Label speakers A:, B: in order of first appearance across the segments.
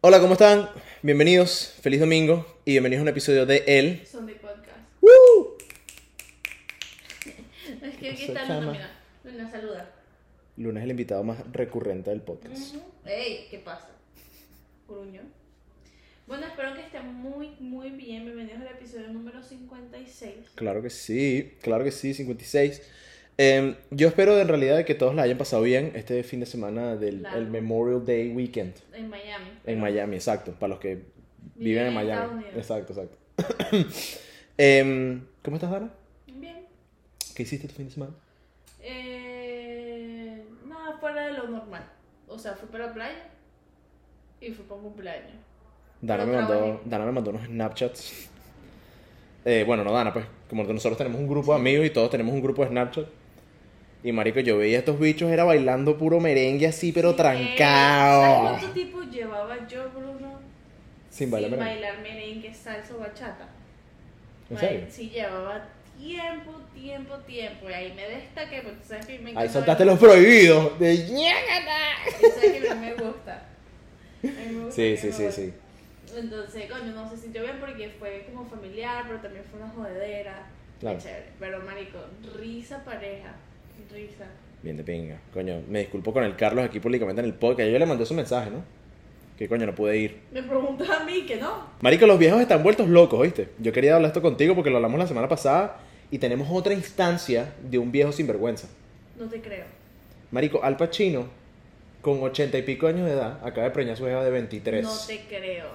A: Hola, ¿cómo están? Bienvenidos, feliz domingo y bienvenidos a un episodio de El.
B: Son de podcast.
A: ¡Woo!
B: Es que aquí
A: Eso,
B: está Luna,
A: chama.
B: mira. Luna, saluda.
A: Luna es el invitado más recurrente del podcast.
B: Ey, ¿qué pasa? Gruño. Bueno, espero que estén muy, muy bien. Bienvenidos al episodio número 56.
A: Claro que sí, claro que sí, 56. Em, yo espero en realidad que todos la hayan pasado bien este fin de semana del
B: Claro.
A: el Memorial Day Weekend
B: En Miami.
A: en Miami, exacto, para los que viven
B: Viven
A: en
B: en
A: Miami.
B: Estados Unidos.
A: Exacto, exacto. Em, ¿Cómo estás, Dana?
B: Bien.
A: ¿Qué hiciste tu fin de semana?
B: Eh, nada fuera de lo normal. O sea, fui para la playa y fui para un cumpleaños.
A: Dana
B: No
A: me, mandó,
B: trabajé.
A: Dana me mandó unos Snapchats. Eh, bueno, no Dana, pues. Como nosotros tenemos un grupo de amigos y todos tenemos un grupo de Snapchat. Y marico, yo veía a estos bichos, era bailando puro merengue así, pero
B: Sí,
A: trancado.
B: ¿Sabes cuánto tiempo llevaba yo, Bruno?
A: Sin bailar
B: sin
A: merengue.
B: bailar merengue, salsa o bachata.
A: ¿En
B: Ay,
A: serio?
B: Sí, llevaba tiempo, tiempo, tiempo. Y ahí me destaqué, porque tú sabes que a mí me encanta.
A: Ahí saltaste
B: bailar.
A: los prohibidos. De ñácata.
B: Tú sabes que a mí me gusta. A mí me gusta
A: Sí,
B: que
A: sí,
B: me
A: sí,
B: bailen.
A: sí.
B: Entonces, coño, no se sintió bien porque fue como familiar, pero también fue una jodedera. Qué
A: Claro.
B: Chévere. Pero, marico, risa pareja. Risa.
A: Bien de pinga. Coño, me disculpo con el Carlos aquí públicamente en el podcast. Yo le mandé su mensaje, ¿no? Que coño, no pude ir.
B: Me preguntó a mí que no.
A: Marico, los viejos están vueltos locos, ¿oíste? Yo quería hablar esto contigo porque lo hablamos la semana pasada y tenemos otra instancia de un viejo sinvergüenza.
B: No te creo.
A: Marico, Al Pacino, con ochenta y pico años de edad, acaba de preñar a su hija de 23.
B: No te creo.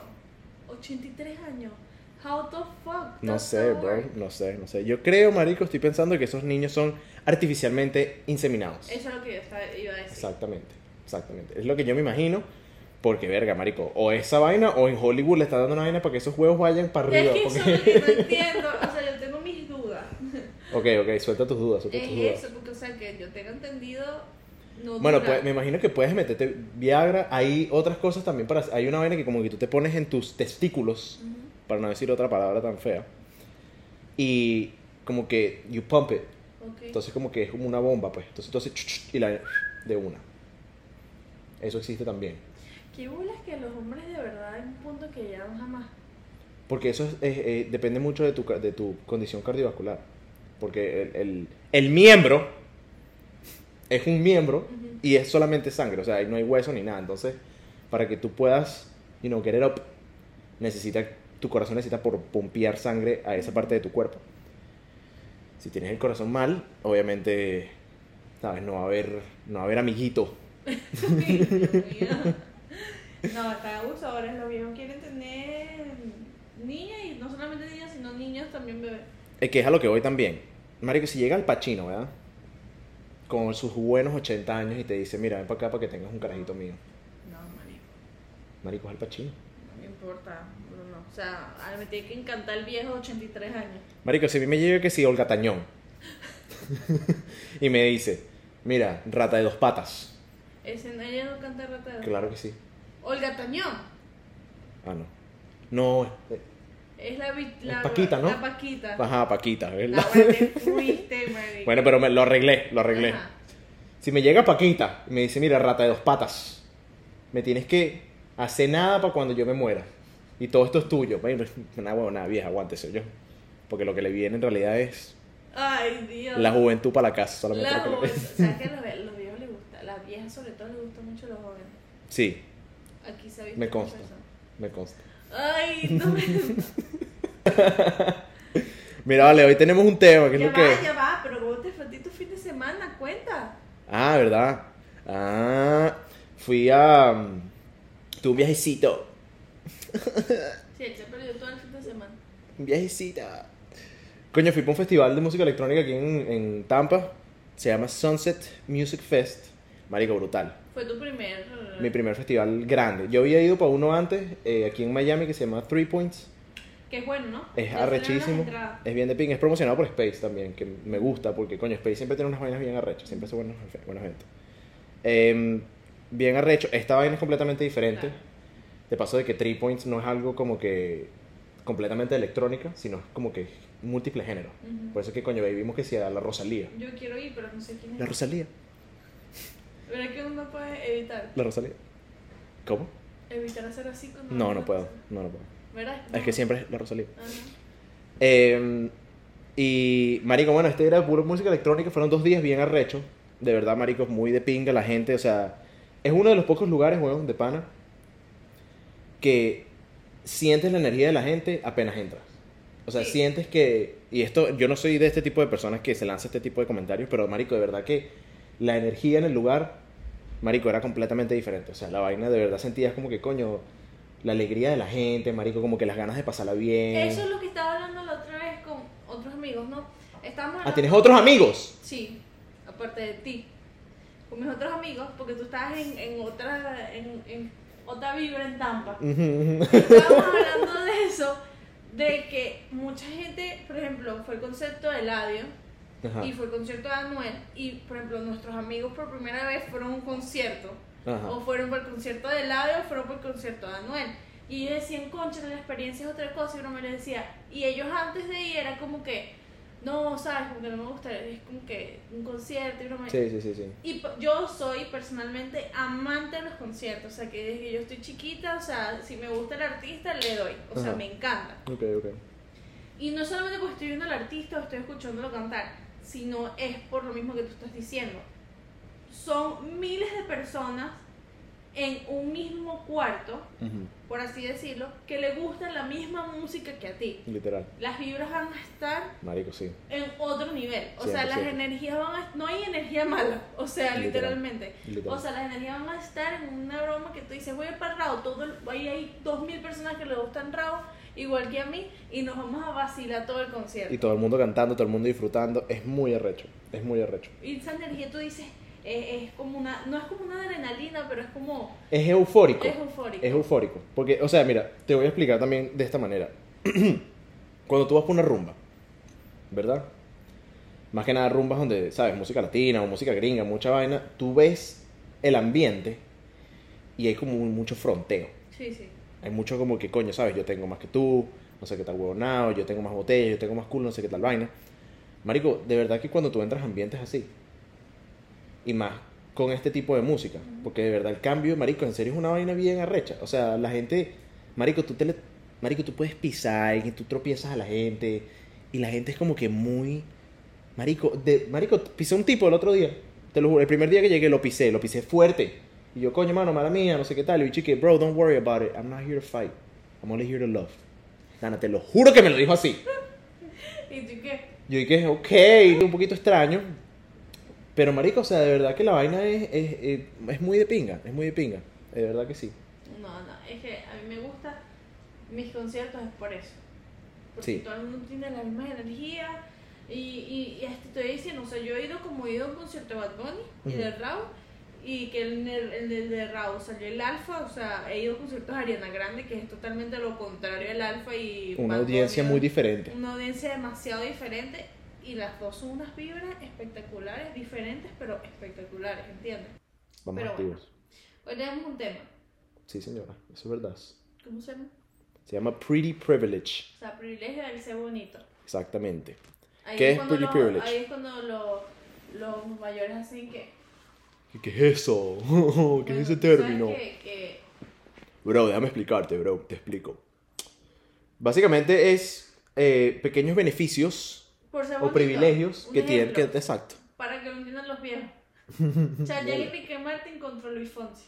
B: 83 años. How the fuck?
A: No
B: does
A: sé,
B: that
A: bro,
B: work?
A: no sé, no sé. Yo creo, marico, estoy pensando que esos niños son artificialmente inseminados.
B: Eso es lo que yo estaba- iba a decir.
A: Exactamente, exactamente. Es lo que yo me imagino, porque verga, marico, o esa vaina o en Hollywood le está dando una vaina para que esos huevos vayan para arriba.
B: Es que eso
A: porque-
B: es lo que no entiendo, o sea, yo tengo mis dudas.
A: ok, ok, suelta tus dudas, suelta tus
B: Es
A: dudas.
B: eso, porque, o sea, que yo tenga entendido. No
A: Bueno,
B: dura.
A: pues me imagino que puedes meterte Viagra. Hay otras cosas también para. Hay una vaina que como que tú te pones en tus testículos,
B: Ujú.
A: para no decir otra palabra tan fea. Y como que you pump it.
B: Ok.
A: Entonces como que es como una bomba, pues. Entonces tú haces ch, ch, y la de una. Eso existe también.
B: Qué bolas que los hombres de verdad hay un punto que llegan jamás.
A: Porque eso es- es- eh, depende mucho de tu, ca- de tu condición cardiovascular. Porque el, el- el miembro es un miembro
B: Ujú.
A: y es solamente sangre, o sea, ahí no hay hueso ni nada. Entonces, para que tú puedas, you know, get it up, necesita, tu corazón necesita por pompear sangre a esa parte de tu cuerpo. Si tienes el corazón mal, obviamente, sabes, no va a haber, no va a haber amiguito.
B: Dios mío. no, están abusadores, los viejos quieren tener niñas y no solamente niñas, sino niños también bebés.
A: Es que es a lo que voy también. Marico, si llega el Pachino, ¿verdad? Con sus buenos 80 años y te dice, mira, ven para acá para que tengas un carajito mío.
B: No, marico,
A: Marico, es el Pachino.
B: no me importa, Bruno. O sea, a mí me tiene que encantar el viejo de 83 años.
A: Marico, si a mí me llega que si Olga Tañón y me dice, mira, rata de dos patas.
B: Ese no, ella no canta rata de-
A: Claro que sí.
B: Olga Tañón.
A: Ah, no. No, eh,
B: Es la, vi-
A: Es
B: la
A: Paquita, ¿no?
B: La Paquita.
A: ajá, Paquita,
B: La
A: ¿verdad?
B: buena que fuiste, marico.
A: Bueno, pero me lo arreglé, lo arreglé.
B: Ajá.
A: Si me llega Paquita y me dice, mira, rata de dos patas, me tienes que hacer nada para cuando yo me muera. Y todo esto es tuyo. Bueno, Una huevona vieja, aguántese yo. Porque lo que le viene en realidad es
B: Ay, Dios.
A: la juventud para la casa. Solamente
B: La
A: lo que le-
B: juventud. ¿Sabes que a los, los viejos les gusta? Las viejas, sobre todo, les gustan mucho los jóvenes.
A: Sí,
B: Aquí se ha visto
A: Me
B: mucho
A: consta.
B: eso.
A: me consta.
B: Ay, no me.
A: Mira, vale, hoy tenemos un tema, que es
B: ya
A: lo
B: va,
A: que...
B: ya va, pero ¿cómo te fue a ti tu fin de semana? Cuenta.
A: Ah, ¿verdad? Ah, fui a... mm, Tuve un viajecito.
B: Sí, él se perdió todo el fin de semana.
A: Un viajecito. Coño, fui para un festival de música electrónica aquí en, en Tampa. Se llama Sunset Music Fest. Marico, brutal.
B: Fue tu primer.
A: Mi primer festival grande. Yo había ido para uno antes, eh, aquí en Miami, que se llama Three Points.
B: Que es bueno,
A: Es
B: ¿no? Ya salieron las
A: arrechísimo.
B: entradas.
A: Es bien de ping. Es promocionado por Space también, que me gusta, porque coño, Space siempre tiene unas vainas bien arrechas. Siempre hace buenos, buenos eventos. Em, bien arrecho. Esta vaina es completamente diferente.
B: Claro.
A: De paso de que Three Points no es algo como que completamente electrónica, sino es como que múltiple género.
B: Ujú.
A: Por eso es que coño, ahí vimos que si era la Rosalía.
B: Yo quiero ir, pero no sé quién es.
A: La Rosalía.
B: Pero es que uno puede evitar.
A: La Rosalía. ¿Cómo?
B: Evitar hacer así cuando
A: No, no
B: hablas.
A: puedo. No, no puedo.
B: ¿Verdad?
A: Es que siempre es la Rosalía.
B: Ajá.
A: Eh, y, marico, bueno, este era puro música electrónica. Fueron dos días bien arrecho. De verdad, marico, muy de pinga la gente. O sea, es uno de los pocos lugares, weón, de pana, que sientes la energía de la gente apenas entras. O sea,
B: Sí.
A: sientes que... Y esto, yo no soy de este tipo de personas que se lanza este tipo de comentarios, pero, marico, de verdad que la energía en el lugar, marico, era completamente diferente. O sea, la vaina de verdad sentías como que, coño, la alegría de la gente, marico, como que las ganas de pasarla bien.
B: Eso es lo que estaba hablando la otra vez con otros amigos, ¿no? Estamos
A: Ah, tienes otros amigos.
B: Sí, aparte de ti. Con mis otros amigos, porque tú estabas en, en otra en, en otra vibra en Tampa. Estábamos hablando de eso, de que mucha gente, por ejemplo, fue el concierto de Eladio
A: Ajá.
B: y fue el concierto de Anuel y, por ejemplo, nuestros amigos por primera vez fueron a un concierto.
A: Ajá.
B: O fueron por el concierto de Eladio o fueron por el concierto de Anuel. Y ellos decían, concha, la experiencia es otra cosa. Y uno me le decía, y ellos antes de ir era como que, no, sabes, como que no me gusta, es como que un concierto. Y, uno me...
A: Sí, sí, sí, sí.
B: y p- yo soy personalmente amante de los conciertos. O sea, que desde que yo estoy chiquita, o sea, si me gusta el artista, le doy. O sea,
A: Ajá.
B: me encanta.
A: Ok, ok.
B: Y no solamente porque estoy viendo al artista o estoy escuchándolo cantar, sino es por lo mismo que tú estás diciendo. Son miles de personas en un mismo cuarto,
A: Ujú,
B: por así decirlo, que le gusta la misma música que a ti.
A: Literal.
B: Las vibras van a estar
A: Marico, sí.
B: en otro nivel. O sea, las
A: 100%.
B: energías van a... No hay energía mala, o sea,
A: Literal.
B: literalmente.
A: Literal.
B: O sea, las energías van a estar en una broma que tú dices, voy a ir para Rao, todo el- ahí hay dos mil personas que le gustan Rao, igual que a mí, y nos vamos a vacilar todo el concierto.
A: y todo el mundo cantando, todo el mundo disfrutando. Es muy arrecho. Es muy arrecho.
B: Y esa energía tú dices, eh, es como una, no es como una adrenalina, pero es como,
A: Es eufórico.
B: es eufórico.
A: Es eufórico. Porque, o sea, mira, te voy a explicar también de esta manera. Cuando tú vas por una rumba, ¿verdad? Más que nada rumbas donde, ¿sabes? Música latina o música gringa, mucha vaina. Tú ves el ambiente y hay como mucho fronteo.
B: sí, sí.
A: Hay mucho como que, coño, ¿sabes? Yo tengo más que tú, no sé qué tal huevonao, yo tengo más botellas, yo tengo más culo, no sé qué tal vaina. Marico, de verdad que cuando tú entras a ambientes así, y más con este tipo de música, porque de verdad el cambio, marico, en serio es una vaina bien arrecha. O sea, la gente, marico, tú, te le- marico, tú puedes pisar y tú tropiezas a la gente, y la gente es como que muy... Marico, de, marico, pisé un tipo el otro día. Te lo juro, el primer día que llegué lo pisé, lo pisé fuerte. Y yo, coño, mano, mala mía, no sé qué tal. Y chique, bro, don't worry about it. I'm not here to fight. I'm only here to love. Nana, te lo juro que me lo dijo así.
B: ¿Y tú qué?
A: Yo dije, ok, un poquito extraño. Pero, marico, o sea, de verdad que la vaina es, es, es- es muy de pinga, es muy de pinga. De verdad que sí.
B: No, no, es que a mí me gusta mis conciertos es por eso. Porque
A: Sí.
B: todo el mundo tiene la misma energía. Y, y, y hasta estoy diciendo, o sea, yo he ido como he ido a un concierto de Bad Bunny y de
A: Ujú.
B: Raúl. Y que en el, el de- de Raúl salió el Alfa, o sea, he ido a conciertos de Ariana Grande, que es totalmente lo contrario al Alfa y.
A: Una
B: Bad
A: audiencia
B: Bunny,
A: muy
B: ¿no?
A: diferente.
B: Una audiencia demasiado diferente. Y las dos son unas vibras espectaculares, diferentes, pero espectaculares, ¿entiendes?
A: Vamos
B: Pero bueno.
A: activos.
B: Hoy tenemos un tema.
A: Sí, señora, eso es verdad.
B: ¿Cómo se llama?
A: Se llama Pretty Privilege.
B: O sea, privilegio del ser bonito.
A: Exactamente.
B: Ahí
A: ¿Qué es
B: cuando
A: pretty
B: lo-
A: privilege?
B: Ahí es cuando lo- los mayores hacen que.
A: ¿Qué es eso? ¿Qué
B: bueno,
A: es ese
B: tú sabes
A: término?
B: Que, que
A: Bro, déjame explicarte, bro, te explico. Básicamente es eh, pequeños beneficios
B: por ser
A: o
B: bonito,
A: privilegios
B: un
A: que tienen que...
B: ejemplo,
A: Exacto.
B: Para que lo entiendan los viejos. Chayanne y Ricky Martin contra Luis Fonsi.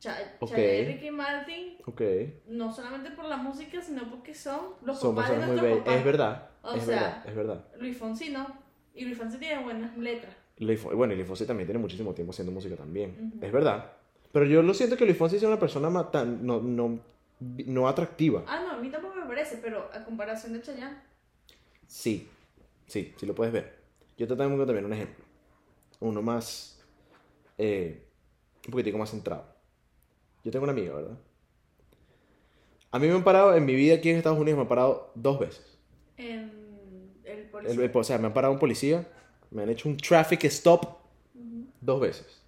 B: Cha-
A: Ok.
B: Chayanne y Ricky Martin,
A: Ok.
B: no solamente por la música, sino porque son los
A: Son
B: papás de
A: personas muy
B: nuestros
A: bellas.
B: papás.
A: Es verdad.
B: O
A: es
B: sea-
A: verdad. Es verdad.
B: Luis Fonsi no. Y Luis Fonsi tiene buenas letras.
A: Luis Fon- Bueno, y Luis Fonsi también tiene muchísimo tiempo haciendo música también.
B: Ujú.
A: Es verdad. Pero yo lo siento que Luis Fonsi es una persona ma- tan- no, no, no atractiva.
B: Ah, no, a mí tampoco me parece, pero a comparación de Chayanne.
A: Sí, sí, sí lo puedes ver. Yo te tengo también un ejemplo. Uno más, eh, un poquitico más centrado. Yo tengo una amiga, ¿verdad? A mí me han parado, en mi vida aquí en Estados Unidos me han parado dos veces.
B: En el
A: El-
B: policía.
A: el- o sea, me han parado un policía, me han hecho un traffic stop
B: Ujú.
A: dos veces.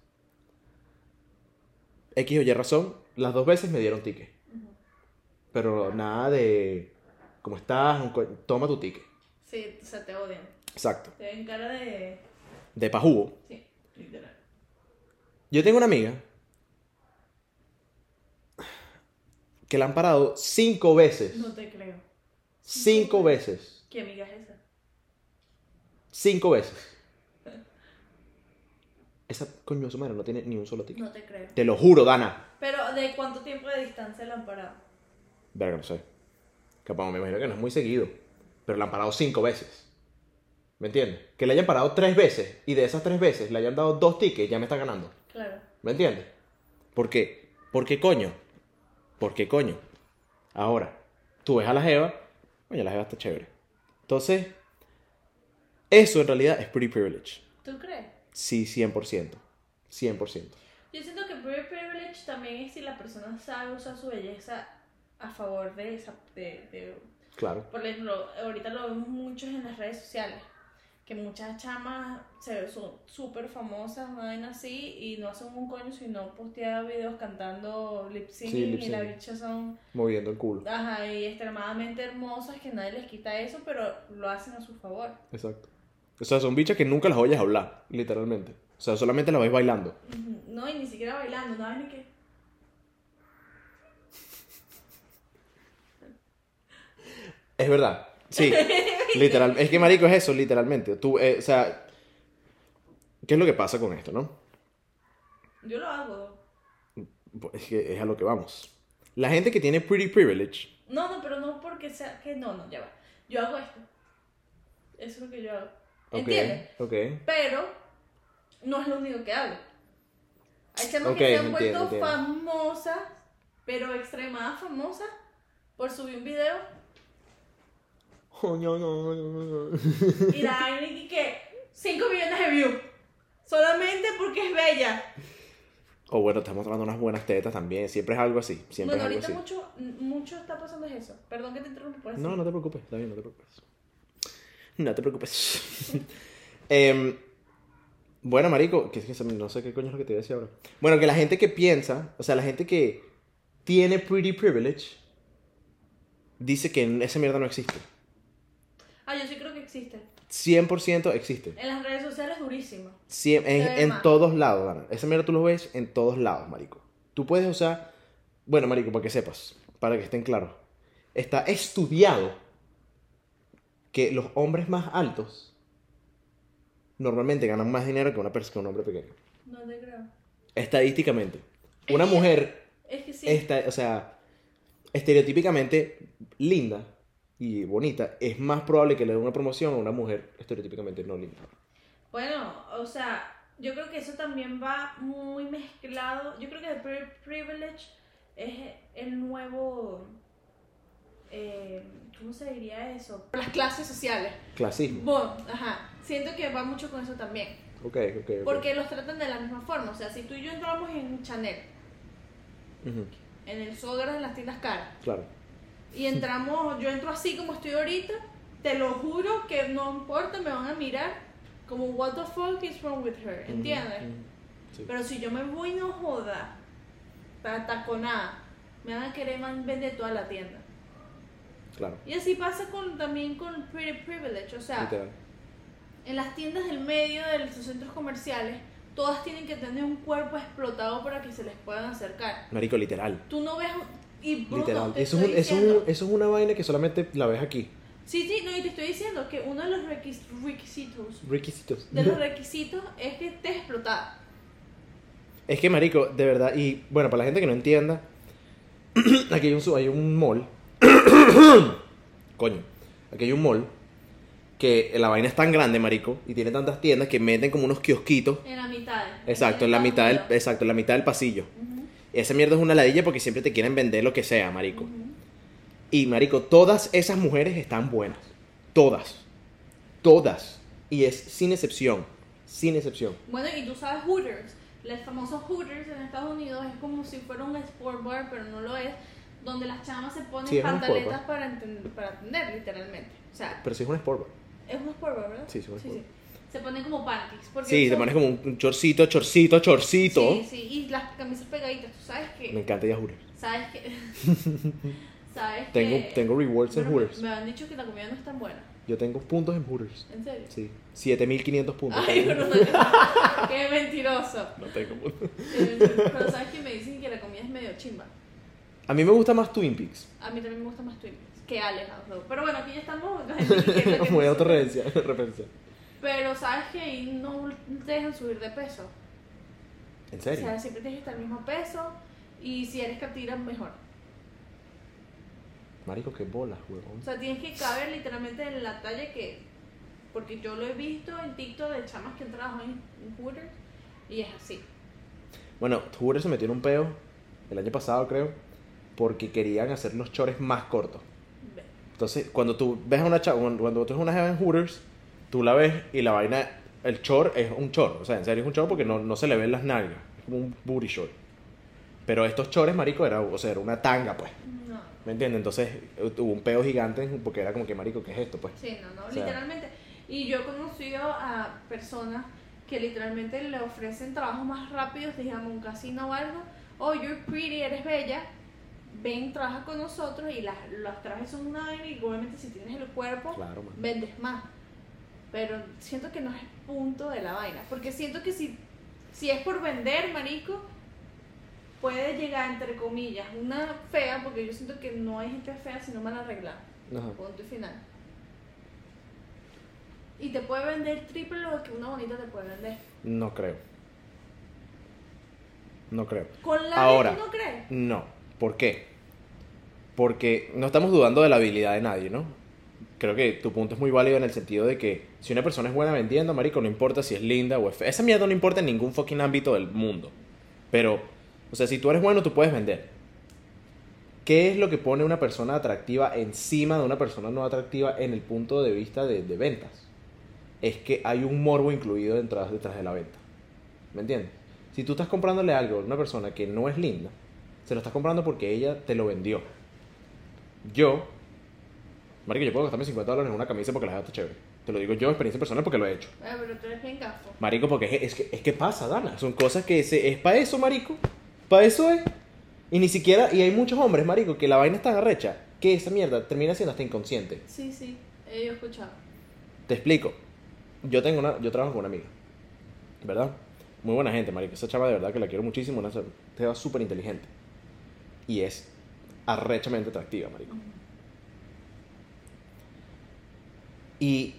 A: X o Y razón, las dos veces me dieron ticket.
B: Ujú.
A: Pero nada de, ¿cómo estás? Un co- Toma tu ticket.
B: Sí, o sea, te odian.
A: Exacto.
B: Te ven cara de.
A: De pajugo.
B: Sí, literal.
A: Yo tengo una amiga que la han parado cinco veces.
B: No te creo.
A: Cinco veces.
B: ¿Qué amiga es esa?
A: Cinco veces. Esa coño de su madre no tiene ni un solo ticket.
B: No te creo.
A: Te lo juro, Dana.
B: Pero, ¿de cuánto tiempo de distancia la han parado?
A: Verga, no sé. Capaz, me imagino que no es muy seguido. Pero la han parado cinco veces. ¿Me entiendes? Que la hayan parado tres veces y de esas tres veces le hayan dado dos tickets, ya me está ganando.
B: Claro.
A: ¿Me entiendes? ¿Por qué? ¿Por qué coño? ¿Por qué coño? Ahora, tú ves a la Jeva, oye, la Jeva está chévere. Entonces, eso en realidad es pretty privilege.
B: ¿Tú crees?
A: Sí, 100%. 100%.
B: Yo siento que pretty privilege también es si la persona sabe usar su belleza a favor de esa. De, de-
A: Claro.
B: Por ejemplo, ahorita lo vemos muchos en las redes sociales. Que muchas chamas se son súper famosas, no ven así, y no hacen un coño sino postear videos cantando lip syncing
A: lip
B: y la
A: syncing.
B: bicha son
A: Moviendo el culo.
B: ajá, y extremadamente hermosas que nadie les quita eso, pero lo hacen a su favor.
A: Exacto. O sea, son bichas que nunca las oyes hablar, literalmente. O sea, solamente las ves bailando.
B: Ujú, No, y ni siquiera bailando, no ni qué.
A: Es verdad. Sí. Literal. Es que, marico, es eso, literalmente. Tú, eh, o sea, ¿qué es lo que pasa con esto, no?
B: Yo lo hago.
A: Pues, Es que es a lo que vamos. La gente que tiene pretty privilege,
B: No, no, pero no porque sea que no, no, ya va. Yo hago esto. Eso es lo que yo hago.
A: Ok,
B: ¿Entiendes?
A: Ok.
B: Pero no es lo único que hago. Hay chamas
A: Ok,
B: que se han
A: entiendo,
B: vuelto
A: entiendo.
B: famosas, pero extremadas famosas, por subir un video
A: Oh, no, no, no, no.
B: y la hay ni que 5 millones de views. Solamente porque es bella.
A: O bueno, estamos hablando de unas buenas tetas también. Siempre es algo así. Siempre
B: bueno,
A: es
B: ahorita
A: algo así.
B: mucho, mucho está pasando es eso. Perdón que te interrumpa por eso.
A: No, no te preocupes. Está bien, no te preocupes. No te preocupes. Em, bueno, marico, que es que se me- no sé qué coño es lo que te voy a decir ahora. Bueno, que la gente que piensa, o sea, la gente que tiene pretty privilege, dice que esa mierda no existe.
B: Ah, yo sí creo que existe.
A: 100% existe.
B: En las redes sociales durísimo.
A: Sí, en,
B: Se ve
A: en
B: mal.
A: todos lados, Dana. Esa mierda tú lo ves en todos lados, marico. Tú puedes usar... Bueno, marico, para que sepas, para que estén claros. Está estudiado que los hombres más altos normalmente ganan más dinero que una persona, un hombre pequeño.
B: No te creo.
A: Estadísticamente. Una
B: Es que-
A: mujer,
B: Es que sí.
A: esta, o sea, estereotípicamente linda y bonita, es más probable que le den una promoción a una mujer estereotípicamente no linda.
B: Bueno, o sea, yo creo que eso también va muy mezclado. Yo creo que el pri- privilege es el nuevo. eh, ¿Cómo se diría eso? Las clases sociales.
A: Clasismo.
B: Bueno, ajá. Siento que va mucho con eso también.
A: Ok, ok, ok.
B: Porque los tratan de la misma forma. O sea, si tú y yo entramos en Chanel,
A: Ujú,
B: en el Sogras, en las tiendas caras,
A: Claro.
B: y entramos, yo entro así como estoy ahorita, te lo juro que no importa, me van a mirar como, what the fuck is wrong with her, ¿entiendes?
A: Ujú, ujú. Mm, Sí.
B: Pero si yo me voy no joda, para taconada, me van a querer man- vender toda la tienda.
A: Claro.
B: Y así pasa con, también con Pretty Privilege, o sea,
A: Literal.
B: en las tiendas del medio de los centros comerciales, todas tienen que tener un cuerpo explotado para que se les puedan acercar.
A: Marico, literal.
B: Tú no ves... Y Bruno,
A: Literal.
B: te
A: Eso es,
B: estoy
A: un- eso, es un-
B: diciendo-
A: eso es una vaina que solamente la ves aquí.
B: Sí, sí, no, y te estoy diciendo que uno de los requis- requisitos,
A: Requisitos.
B: de los requisitos es que estés explotada.
A: Es que, marico, de verdad. Y bueno, para la gente que no entienda, aquí hay un, su- hay un mall. Coño. Aquí hay un mall que la vaina es tan grande, marico, y tiene tantas tiendas que meten como unos kiosquitos.
B: En la mitad.
A: Exacto, en la mitad del, exacto, en la mitad del pasillo.
B: Ujú,
A: Esa mierda es una ladilla porque siempre te quieren vender lo que sea, marico.
B: ujú.
A: Y marico, todas esas mujeres están buenas. Todas. Todas. Y es sin excepción. Sin excepción.
B: Bueno, y tú sabes Hooters. Los famosos Hooters en Estados Unidos es como si fuera un sport bar, pero no lo es. Donde las chamas se ponen
A: Sí, es un sport
B: pantaletas
A: bar.
B: para, enten- para atender, literalmente. O sea,
A: Pero si es un sport bar.
B: es un sport bar, ¿verdad?
A: Sí, sí, un sport bar.
B: Se ponen como pancakes. Porque
A: Sí, te
B: son-
A: pones como un un chorcito, chorcito, chorcito.
B: Sí, sí, y las camisas pegaditas. Tú sabes que.
A: Me encanta ya Hooters.
B: ¿Sabes qué? ¿Sabes
A: Tengo,
B: qué?
A: tengo rewards en
B: Bueno,
A: Hooters.
B: Me han dicho que la comida no es tan buena.
A: Yo tengo puntos en Hooters.
B: ¿En serio?
A: Sí. 7500 puntos.
B: Ay, pero no. Qué mentiroso. Eh,
A: No tengo puntos.
B: Qué mentiroso. Pero sabes que me dicen que la comida es medio chimba.
A: A mí me gusta más Twin Peaks.
B: A mí también me gusta más Twin Peaks que Alex House Dogs. Pero bueno, aquí ya estamos. la gente que quiere que
A: Muy
B: nos-
A: otra referencia. referencia.
B: Pero sabes que ahí no te dejan subir de peso.
A: ¿En
B: O
A: serio?
B: sea, siempre tienes que estar al mismo peso. Y si eres catira, mejor.
A: Marico, qué bolas, huevón.
B: O sea, tienes que caber literalmente en la talla que. Porque yo lo he visto en TikTok de chamas que han trabajado en, en Hooters. Y es así.
A: Bueno, Hooters se metió en un peo el año pasado, creo, porque querían hacer los chores más cortos.
B: Ve.
A: Entonces, cuando tú ves a una chava, cuando cuando tú ves una jeva en Hooters, tú la ves y la vaina, el short es un short. O sea, en serio es un short porque no, no se le ven las nalgas. Es como un booty short. Pero estos chores, marico, era, o sea, era una tanga, pues.
B: No.
A: ¿Me entiendes? Entonces, hubo un peo gigante porque era como que, marico, ¿qué es esto, pues?
B: Sí, no, no,
A: O sea-
B: literalmente. Y yo he conocido a personas que literalmente le ofrecen trabajos más rápidos, digamos, un casino o algo. Oh, you're pretty, eres bella. Ven, trabaja con nosotros y las, los trajes son una vaina y obviamente si tienes el cuerpo,
A: Claro, man.
B: vendes más. Pero siento que no es el punto de la vaina. Porque siento que si, si es por vender, marico, puede llegar, entre comillas, una fea, porque yo siento que no hay gente fea, sino mal arreglada.
A: Ajá.
B: Punto y final. Y te puede vender triple lo que una bonita te puede vender.
A: No creo. No creo.
B: Con la
A: Ahora.
B: ¿tú no crees?
A: No. ¿Por qué? Porque no estamos dudando de la habilidad de nadie, ¿no? Creo que tu punto es muy válido en el sentido de que si una persona es buena vendiendo, marico, no importa si es linda o es fea. Esa mierda no importa en ningún fucking ámbito del mundo. Pero, o sea, si tú eres bueno, tú puedes vender. ¿Qué es lo que pone una persona atractiva encima de una persona no atractiva en el punto de vista de, de ventas? Es que hay un morbo incluido detrás, detrás de la venta. ¿Me entiendes? Si tú estás comprándole algo a una persona que no es linda, se lo estás comprando porque ella te lo vendió. Yo, marico, yo puedo gastarme 50 dólares en una camisa porque la verdad está chévere. Te lo digo yo, experiencia personal, porque lo he hecho.
B: Ah, pero tú eres bien gafo.
A: Marico, porque es, es que, es que pasa, Dana. Son cosas que se- es para eso, marico. Para eso es. Y ni siquiera, y hay muchos hombres, marico, que la vaina es tan arrecha que esa mierda termina siendo hasta inconsciente.
B: Sí, sí, eh, yo he escuchado.
A: Te explico. Yo tengo una, yo trabajo con una amiga, ¿verdad? Muy buena gente, marico. Esa chava de verdad que la quiero muchísimo, una chava súper inteligente. Y es arrechamente atractiva, marico. Y,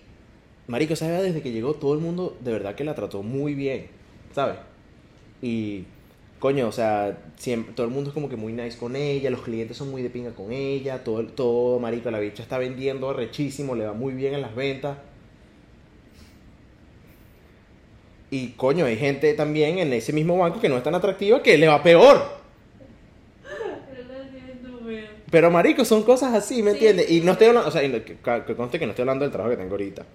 A: marico, esa jeva desde que llegó todo el mundo de verdad que la trató muy bien, ¿sabes? Y, coño, o sea, siempre, todo el mundo es como que muy nice con ella, los clientes son muy de pinga con ella, todo, el- todo, marico, la bicha está vendiendo rechísimo, le va muy bien en las ventas. Y, coño, hay gente también en ese mismo banco que no es tan atractiva que le va peor.
B: Pero lo entiendo, veo.
A: Pero marico, son cosas así, ¿me
B: Sí,
A: entiendes?
B: sí,
A: Y no
B: sí.
A: estoy hablando, o sea, y no- que, que conste que no estoy hablando del trabajo que tengo ahorita,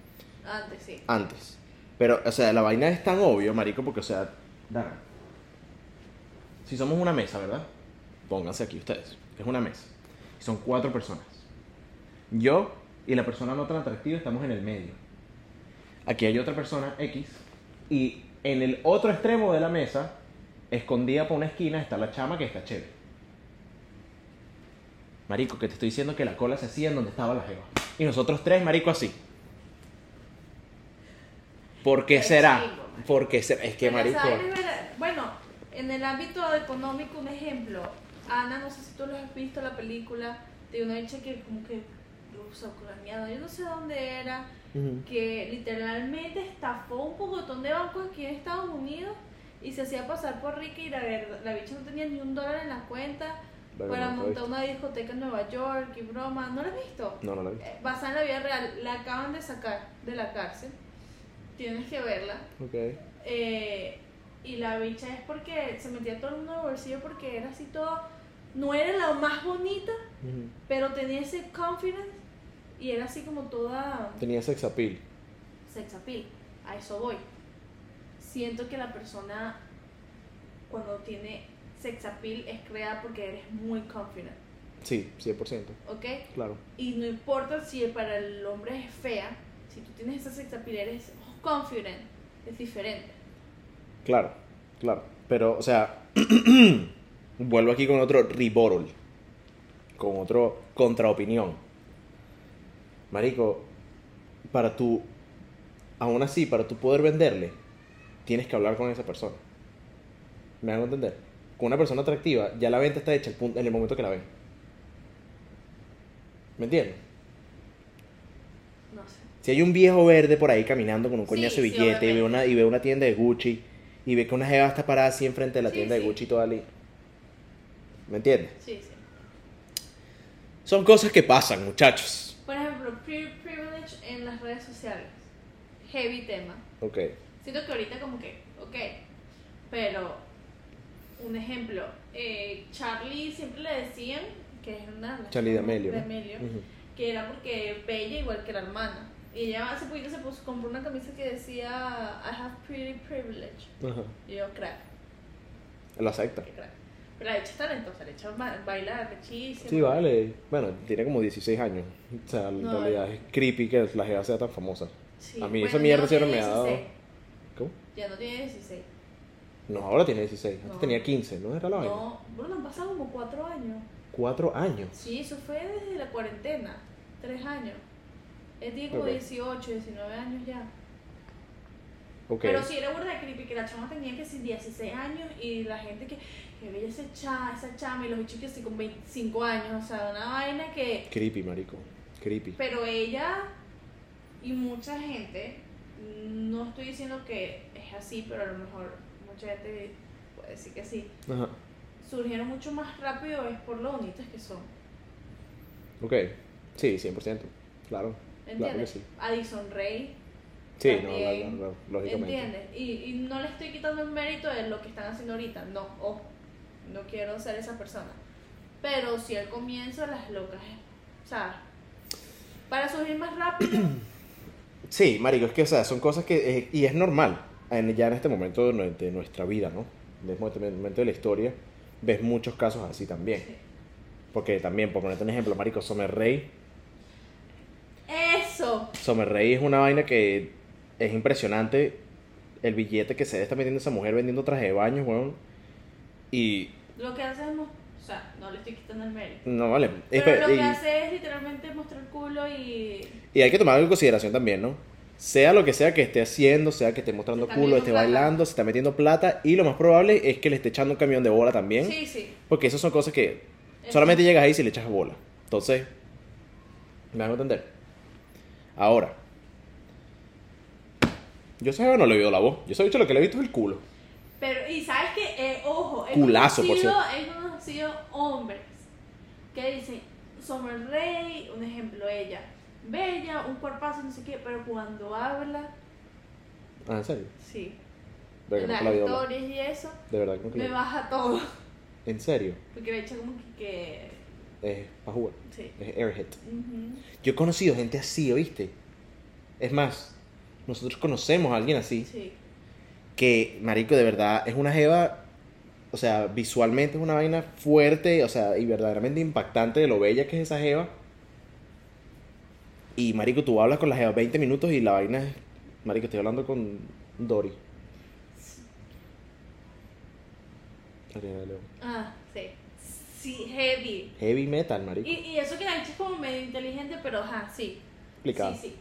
B: Antes sí.
A: antes. Pero, o sea, la vaina es tan obvio, marico, porque, o sea, Dana, si somos una mesa, ¿verdad? Pónganse aquí ustedes, es una mesa. Son cuatro personas. Yo y la persona no tan atractiva estamos en el medio. Aquí hay otra persona, X, y en el otro extremo de la mesa, escondida por una esquina, está la chama que está chévere. Marico, que te estoy diciendo que la cola se hacía en donde estaba la jeva. Y nosotros tres, marico, así. ¿Por qué
B: Qué
A: será?
B: chimbo, marico.
A: Porque es que,
B: Pero,
A: marico... ah.
B: ¿sabes? Mira, Bueno, en el ámbito económico, un ejemplo. Ana, no sé si tú lo has visto, la película de una bicha que como que rusa, ucraniana, yo no sé dónde era.
A: Ujú.
B: que literalmente estafó un pocotón de bancos aquí en Estados Unidos y se hacía pasar por rica y la, verdad- la bicha no tenía ni un dólar en la cuenta
A: Verga,
B: para
A: no, no la he
B: montar una discoteca en Nueva York y broma. ¿No la has visto?
A: No, no la vi.
B: Eh, basada en la vida real, la acaban de sacar de la cárcel. Tienes que verla.
A: Ok.
B: Eh, y la bicha es porque se metía todo el mundo en el bolsillo porque era así todo. No era la más bonita, pero tenía ese confidence y era así como toda
A: Tenía sex appeal.
B: sex appeal. A eso voy. Siento que la persona cuando tiene sex appeal es creada porque eres muy confident,
A: Sí, 100%.
B: ¿ok?
A: Claro.
B: Y no importa si para el hombre es fea, si tú tienes esa sex appeal eres confident, es diferente.
A: Claro, claro. Pero, o sea, vuelvo aquí con otro riborol. Con otro contraopinión. Marico, para tú, aún así, para tú poder venderle, tienes que hablar con esa persona. ¿Me hago entender? con una persona atractiva, ya la venta está hecha el punto- en el momento que la ven. ¿Me entiendes?
B: No sé.
A: Si hay un viejo verde por ahí caminando con un
B: Sí,
A: coñazo de
B: sí,
A: billete y, ve
B: obviamente.
A: una, y ve una tienda de Gucci y ve que una jeva está parada así enfrente de la
B: Sí,
A: tienda de
B: sí.
A: Gucci toda li... ¿Me entiendes?
B: Sí, sí.
A: Son cosas que pasan, muchachos.
B: Por ejemplo, pre- privilege en las redes sociales. Heavy tema.
A: Ok.
B: Siento que ahorita como que, ok, pero un ejemplo, eh, Charlie siempre le decían, que es una...
A: Charli D'Amelio.
B: de Amelio,
A: Ujú.
B: que era porque bella igual que la hermana. Y ella hace poquito se puso, compró una camisa que decía, I have pretty privilege.
A: Ajá.
B: Y yo, crack,
A: Lo acepta.
B: qué crack. Pero la hecha es talentosa, la hecha ba- baila rechísima.
A: Sí, vale. Bueno, tiene como 16 años. O sea, en
B: No, eh.
A: realidad es creepy que la jeva sea tan famosa.
B: Sí,
A: A mí esa
B: ya
A: mierda
B: no
A: siempre
B: tiene
A: me ha dado-
B: 16,
A: ¿Cómo?
B: Ya no tiene 16.
A: No, ahora tiene 16. Antes
B: No.
A: tenía 15, ¿no? Era la vaina.
B: No, bueno, han pasado como 4 años.
A: Cuatro años.
B: Sí, eso fue desde la cuarentena, tres años. Él tiene como
A: Ok.
B: 18, 19 años ya.
A: Ok.
B: Pero sí era burda de creepy que la chama tenía que sí 16 años y la gente que, que bella ese cha, esa chama y los bichos que sí con 25 años, o sea, una vaina que...
A: Creepy, marico. Creepy.
B: Pero ella y mucha gente, no estoy diciendo que es así, pero a lo mejor mucha gente puede decir que sí,
A: Ajá.
B: surgieron mucho más rápido es por lo bonitas que son.
A: Ok. Sí, 100%. Claro. Claro que
B: ¿Entiendes?
A: sí.
B: Addison Rae
A: Sí, no,
B: También,
A: claro, claro, lógicamente.
B: ¿Entiendes? Y, y no le estoy quitando el mérito de lo que están haciendo ahorita, no, ojo, no quiero ser esa persona. Pero si al comienzo las locas, eh, o sea, para subir más rápido,
A: Sí, marico, es que, o sea, son cosas que, eh, y es normal, en- ya en este momento de, nue- de nuestra vida, ¿no? En este momento- en el momento de la historia, ves muchos casos así también.
B: Sí.
A: Porque también, por ponerte un ejemplo, marico, Somerrey,
B: eso,
A: Somerrey es una vaina que es impresionante el billete que se está metiendo esa mujer vendiendo traje de baño, weón, y,
B: lo que hacemos, o sea, no le estoy quitando el mérito.
A: no vale,
B: Pero
A: espe-
B: lo que
A: y-
B: hace es literalmente mostrar el culo y...
A: Y hay que tomar algo en consideración también, ¿no? Sea lo que sea que esté haciendo, sea que esté mostrando
B: Se está
A: culo,
B: metiendo
A: esté
B: plata.
A: bailando, se está metiendo plata, y lo más probable es que le esté echando un camión de bola también,
B: Sí, sí.
A: porque esas son cosas que solamente llegas ahí si le echas bola. Entonces, me hago entender. Ahora, yo sé no le he oído la voz, yo sé lo que le he visto es el culo.
B: Pero, y sabes que, ojo, he
A: Culazo, por
B: conocido, he conocido hombres que dicen, Summer Rey, un ejemplo, ella, bella, un cuerpazo, no sé qué, pero cuando habla,
A: Ah, ¿en serio?
B: sí,
A: De verdad,
B: las
A: que no le he oído hablar.
B: historias y eso,
A: De verdad que no le he
B: me
A: oído.
B: baja todo.
A: En serio,
B: Porque me echa como que, que-
A: es pa' jugar,
B: sí.
A: es airhead.
B: Ujú.
A: Yo he conocido gente así, ¿oíste? Es más, nosotros conocemos a alguien así
B: Sí.
A: que, marico, de verdad es una jeva, o sea, visualmente es una vaina fuerte, o sea, y verdaderamente impactante de lo bella que es esa jeva. Y, marico, tú hablas con la jeva 20 minutos y la vaina es, marico, estoy hablando con Dory. Ariana de León.
B: Ah, sí. Sí, heavy.
A: Heavy metal, marico.
B: Y, y eso que la bicha es como medio inteligente, pero ajá, sí.
A: Explicado.
B: Sí, sí.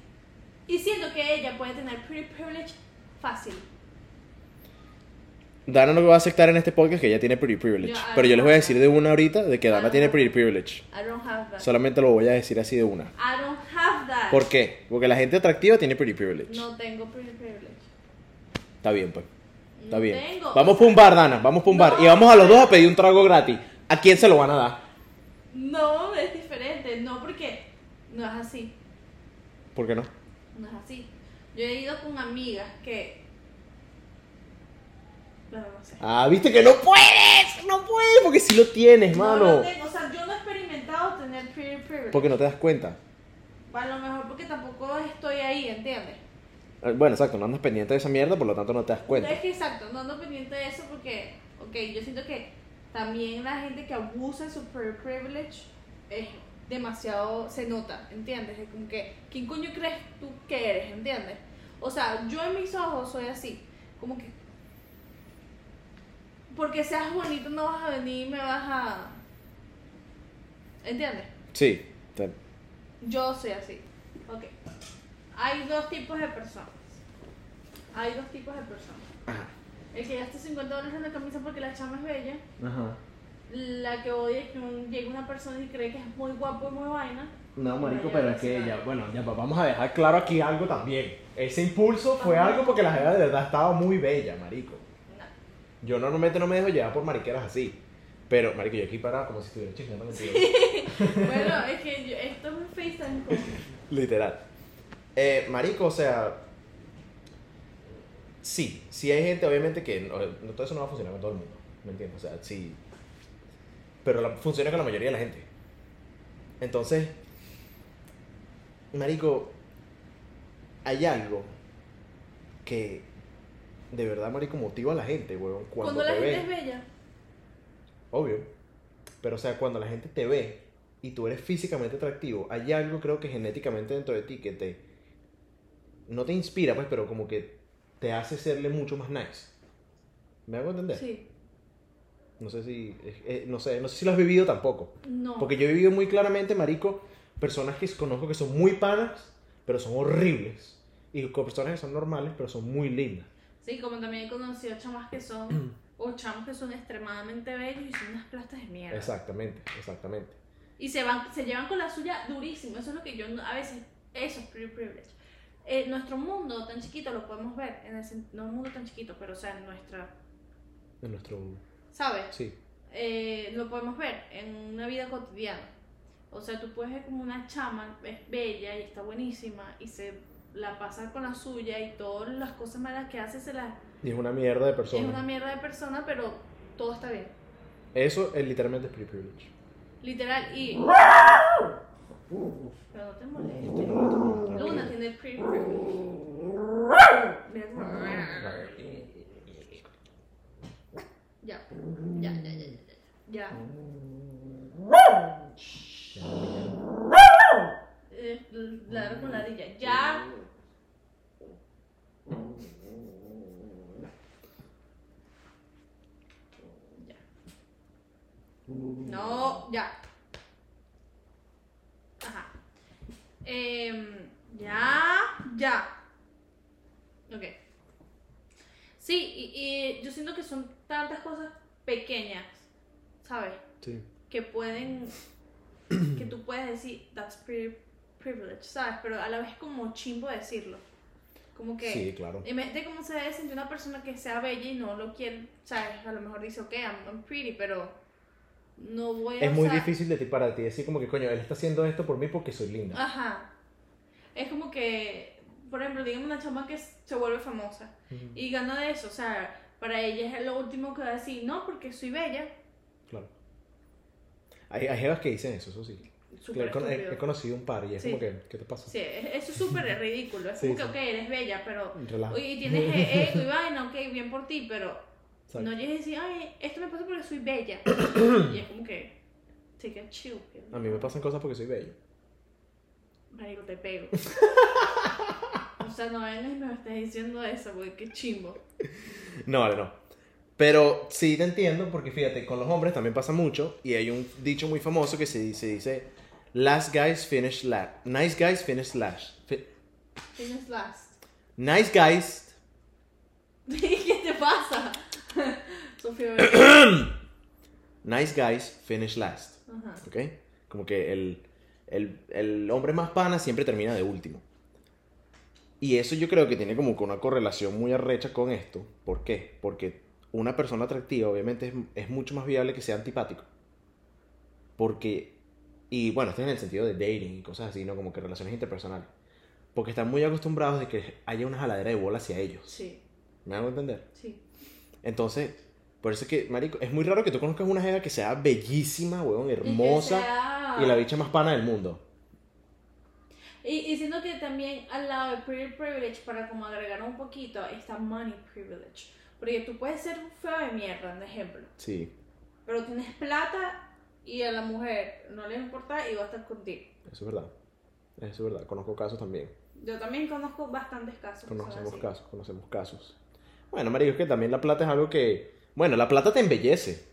B: Y siento que ella puede tener pretty privilege fácil.
A: Dana no me va a aceptar en este podcast que ella tiene pretty privilege.
B: Yo,
A: pero yo les voy a
B: ah,
A: decir de una ahorita de que Dana
B: ah.
A: tiene pretty privilege.
B: I don't have that.
A: Solamente lo voy a decir así de una.
B: I don't have that.
A: ¿Por qué? Porque la gente atractiva tiene pretty privilege.
B: No tengo pretty privilege.
A: Está bien, pues. Está
B: No
A: bien.
B: tengo.
A: Vamos por un bar, Dana. Vamos por un bar.
B: No.
A: Y vamos a los dos a pedir un trago gratis. ¿A quién se lo van a dar?
B: No, es diferente. No, porque no es así.
A: ¿Por qué no?
B: No es así. Yo he ido con amigas que. Bueno, no sé.
A: Ah, viste que no puedes. No puedes. Porque si lo tienes,
B: No,
A: mano.
B: no tengo. O sea, yo no he experimentado tener pretty privilege.
A: Porque no te das cuenta.
B: A lo mejor porque tampoco estoy ahí, ¿entiendes?
A: Eh, Bueno, exacto. No andas pendiente de esa mierda, por lo tanto no te das cuenta.
B: Es que exacto, no ando pendiente de eso porque, ok, yo siento que también la gente que abusa de su pri- privilege es demasiado, se nota, ¿entiendes? Es como que, ¿quién coño crees tú que eres, ¿entiendes? O sea, yo en mis ojos soy así, como que, porque seas bonito no vas a venir y me vas a, ¿entiendes?
A: Sí. te-
B: Yo soy así. Ok. Hay dos tipos de personas. Hay dos tipos de personas.
A: Ajá.
B: El que gasta 50 dólares en una camisa porque la chama es bella.
A: Ajá.
B: La que odia es que un- llega una persona y cree que es muy guapo y muy vaina.
A: No, marico,
B: Vaya,
A: pero es que
B: vacilada.
A: ya, bueno, ya pues, vamos a dejar claro aquí algo también. Ese impulso fue algo porque la jeva de verdad estaba muy bella, marico.
B: No.
A: Yo normalmente no me dejo llevar por mariqueras así. Pero, marico, yo aquí paraba como si estuviera chismeando contigo.
B: Bueno, es que yo- esto es un FaceTime con...
A: Literal. Eh, marico, o sea. Sí, sí hay gente, obviamente, que. No, no- todo eso no va a funcionar con todo el mundo. ¿Me entiendes? O sea, sí. Pero la- funciona con la mayoría de la gente. Entonces. Marico. Hay algo. Que. De verdad, marico, motiva a la gente, weón. Cuando,
B: Cuando la
A: te
B: gente
A: ve.
B: es bella.
A: Obvio. Pero, o sea, cuando la gente te ve y tú eres físicamente atractivo, hay algo creo que genéticamente dentro de ti que te... No te inspira, pues, pero como que te hace serle mucho más nice. ¿Me hago entender?
B: Sí.
A: No sé si... eh, eh, no sé, no sé si lo has vivido tampoco.
B: No.
A: Porque yo he vivido muy claramente, marico, personas que conozco que son muy panas, pero son horribles. Y con personas que son normales, pero son muy lindas.
B: Sí, como también he conocido chamas que son... o chamos que son extremadamente bellos y son unas plastas de mierda.
A: Exactamente, exactamente.
B: Y se, van, se llevan con la suya durísimo. Eso es lo que yo no- a veces, eso es pri- privilege. Eh, nuestro mundo tan chiquito lo podemos ver, en el, sen- no un mundo tan chiquito, pero o sea, en nuestra,
A: En nuestro...
B: ¿sabes?
A: Sí.
B: Eh, lo podemos ver en una vida cotidiana. O sea, tú puedes ver como una chama, es bella y está buenísima y se la pasa con la suya y todas las cosas malas que hace se las...
A: Y es una mierda de
B: Es
A: persona.
B: una mierda de persona, pero todo está bien.
A: Eso es literalmente pre privilege.
B: Literal, y... Pero no te molestes. Luna tiene pre Mira cómo- Ya, ya, ya, ya, ya, ya. Ya. Eh, ladra con ladilla. Ya. Ya. No, ya. Ajá. Em, ya, ya. Ok. Sí, y, y yo siento que son tantas cosas pequeñas, ¿sabes?
A: Sí.
B: Que pueden, que tú puedes decir, that's pri- privilege, ¿sabes? Pero a la vez como chimbo decirlo. Como que...
A: Sí, claro.
B: Imagínate cómo se debe sentir una persona que sea bella y no lo quiere, ¿sabes? A lo mejor dice, ok, I'm, I'm pretty, pero no voy a...
A: Es muy
B: usar-
A: difícil de ti para ti decir como que coño, él está haciendo esto por mí porque soy linda.
B: Ajá. Es como que, por ejemplo, digamos una chama que se vuelve famosa
A: Ujú.
B: y gana de eso, o sea, para ella es lo último que va a decir, no, porque soy bella,
A: Claro. Hay, hay jevas que dicen eso, eso sí.
B: súper
A: Claro, con- he, he
B: estúpido.
A: conocido un par y es
B: Sí.
A: como que, ¿qué te pasa?
B: Sí, e- eso es súper ridículo, es
A: Sí,
B: como que,
A: sí. Ah.
B: ok, eres bella, pero,
A: Relaja.
B: y tienes e- ego y vaina, ok, bien por ti, pero
A: ¿sabes?
B: no llegues a decir, ay, esto me pasa porque soy bella, y es como que, take a chill, piel.
A: A mí me pasan cosas porque soy bello.
B: marico, te pego. O sea, no vengas y me estés diciendo eso, porque qué chimbo.
A: No, vale, no. Pero sí te entiendo porque fíjate, con los hombres también pasa mucho y hay un dicho muy famoso que se dice, dice last guys finish last. Nice guys finish last. Fi-
B: Tienes last.
A: nice guys
B: ¿Qué te pasa? Sofía. bebé.
A: Nice guys finish last.
B: Ajá.
A: ¿Ok? Como que el, el, el hombre más pana siempre termina de último. Y eso yo creo que tiene como que una correlación muy arrecha con esto. ¿Por qué? Porque una persona atractiva obviamente es, es mucho más viable que sea antipático. Porque, y bueno, esto en el sentido de dating y cosas así, ¿no? Como que relaciones interpersonales. Porque están muy acostumbrados de que haya una jaladera de bola hacia ellos.
B: Sí,
A: ¿Me hago entender?
B: sí.
A: Entonces, por eso es que, marico, es muy raro que tú conozcas una jeva que sea bellísima, weón,
B: Y, que
A: hermosa
B: sea-
A: y, la bicha más pana del mundo.
B: y, y siento que también al lado de pretty privilege, para como agregar un poquito, está money privilege. Porque tú puedes ser un feo de mierda, de ejemplo.
A: Sí,
B: Pero tienes plata y a la mujer no le importa y va a estar contigo.
A: eso es verdad. Eso es verdad. Conozco casos también.
B: Yo también conozco bastantes casos. que son
A: Conocemos
B: así.
A: casos, conocemos casos. Bueno, marico, es que también la plata es algo que, bueno, la plata te embellece,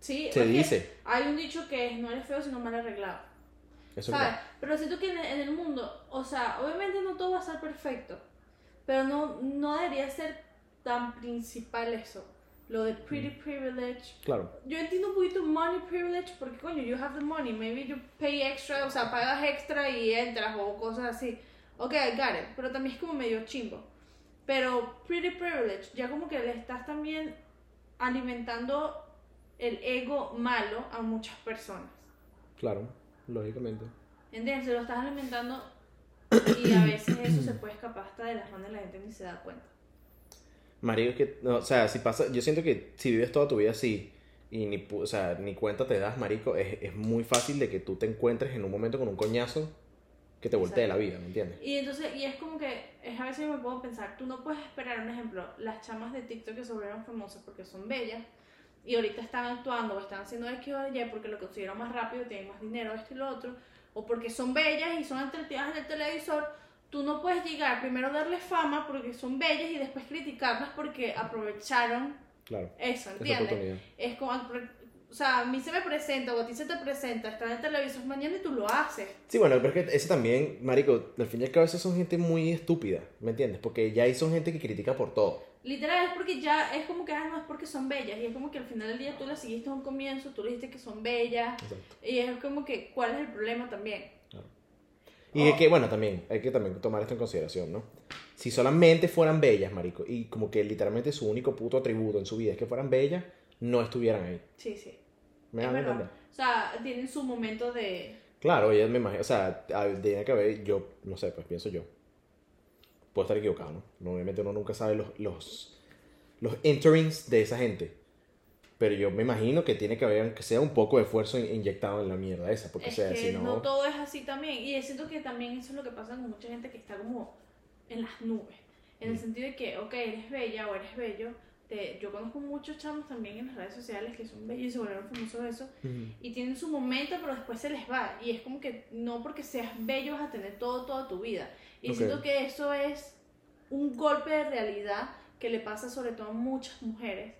B: Sí,
A: se
B: es que
A: dice.
B: Hay un dicho que es no eres feo sino mal arreglado.
A: Eso es
B: ¿Sabes?
A: verdad.
B: Pero siento que en el, en el mundo, o sea, obviamente no todo va a ser perfecto, pero no, no debería ser tan principal eso. Lo de pretty
A: Mm.
B: privilege.
A: Claro.
B: Yo entiendo un poquito money privilege porque, coño, you have the money. Maybe you pay extra, o sea, pagas extra y entras o cosas así. Ok, I got it. Pero también es como medio chimbo. Pero pretty privilege, ya como que le estás también alimentando el ego malo a muchas personas.
A: Claro, lógicamente.
B: ¿Entiendes? Se lo estás alimentando y a veces eso se puede escapar hasta de las manos de la gente ni se da cuenta.
A: Marico, es que, no, o sea, si pasa, yo siento que si vives toda tu vida así y ni, pu- o sea, ni cuenta te das, marico, es, es muy fácil de que tú te encuentres en un momento con un coñazo que te voltee la
B: Exacto.
A: vida, ¿me entiendes?
B: Y entonces, y es como que, es a veces me puedo pensar, tú no puedes esperar, un ejemplo, las chamas de TikTok que se volvieron famosas porque son bellas y ahorita están actuando o están haciendo X o Y porque lo consiguieron más rápido, tienen más dinero, esto y lo otro, o porque son bellas y son entretenidas en el televisor, tú no puedes llegar primero a darles fama porque son bellas y después criticarlas porque aprovecharon
A: Claro,
B: eso,
A: esa
B: ¿entiendes?
A: oportunidad.
B: Es como, o sea, a mí se me presenta o a ti se te presenta, está en el televisor mañana y tú lo haces.
A: Sí, bueno, pero es que ese también, marico, al fin y al cabo, esos son gente muy estúpida, ¿me entiendes? Porque ya ahí son gente que critica por todo.
B: Literal, es porque ya es como que, ah, no es porque son bellas. Y es como que al final del día tú las seguiste a un comienzo, tú le dijiste que son bellas.
A: Exacto.
B: Y es como que, ¿cuál es el problema también?
A: Y es que, bueno, también, hay que también tomar esto en consideración, ¿no? Si solamente fueran bellas, marico, y como que literalmente su único puto atributo en su vida es que fueran bellas, no estuvieran ahí.
B: Sí, sí.
A: ¿Me
B: es
A: van a
B: verdad.
A: entender?
B: O sea, tienen su momento de.
A: Claro, ella me imagino, o sea, a- tenía que haber, yo, no sé, pues pienso yo. Puedo estar equivocado, ¿no? No, Obviamente uno nunca sabe los, los, los enterings de esa gente. Pero yo me imagino que tiene que haber, aunque sea un poco de esfuerzo in- inyectado en la mierda esa, porque o
B: es
A: sea,
B: que
A: si no...
B: no... todo es así también. Y siento que también eso es lo que pasa con mucha gente que está como en las nubes. En el
A: Mm.
B: sentido de que, ok, eres bella o eres bello. te- yo conozco muchos chamos también en las redes sociales que son bellos y se volvieron famosos de eso.
A: Ujú.
B: y tienen su momento, pero después se les va. Y es como que no porque seas bello vas a tener todo, toda tu vida. Y
A: Ok.
B: siento que eso es un golpe de realidad que le pasa sobre todo a muchas mujeres,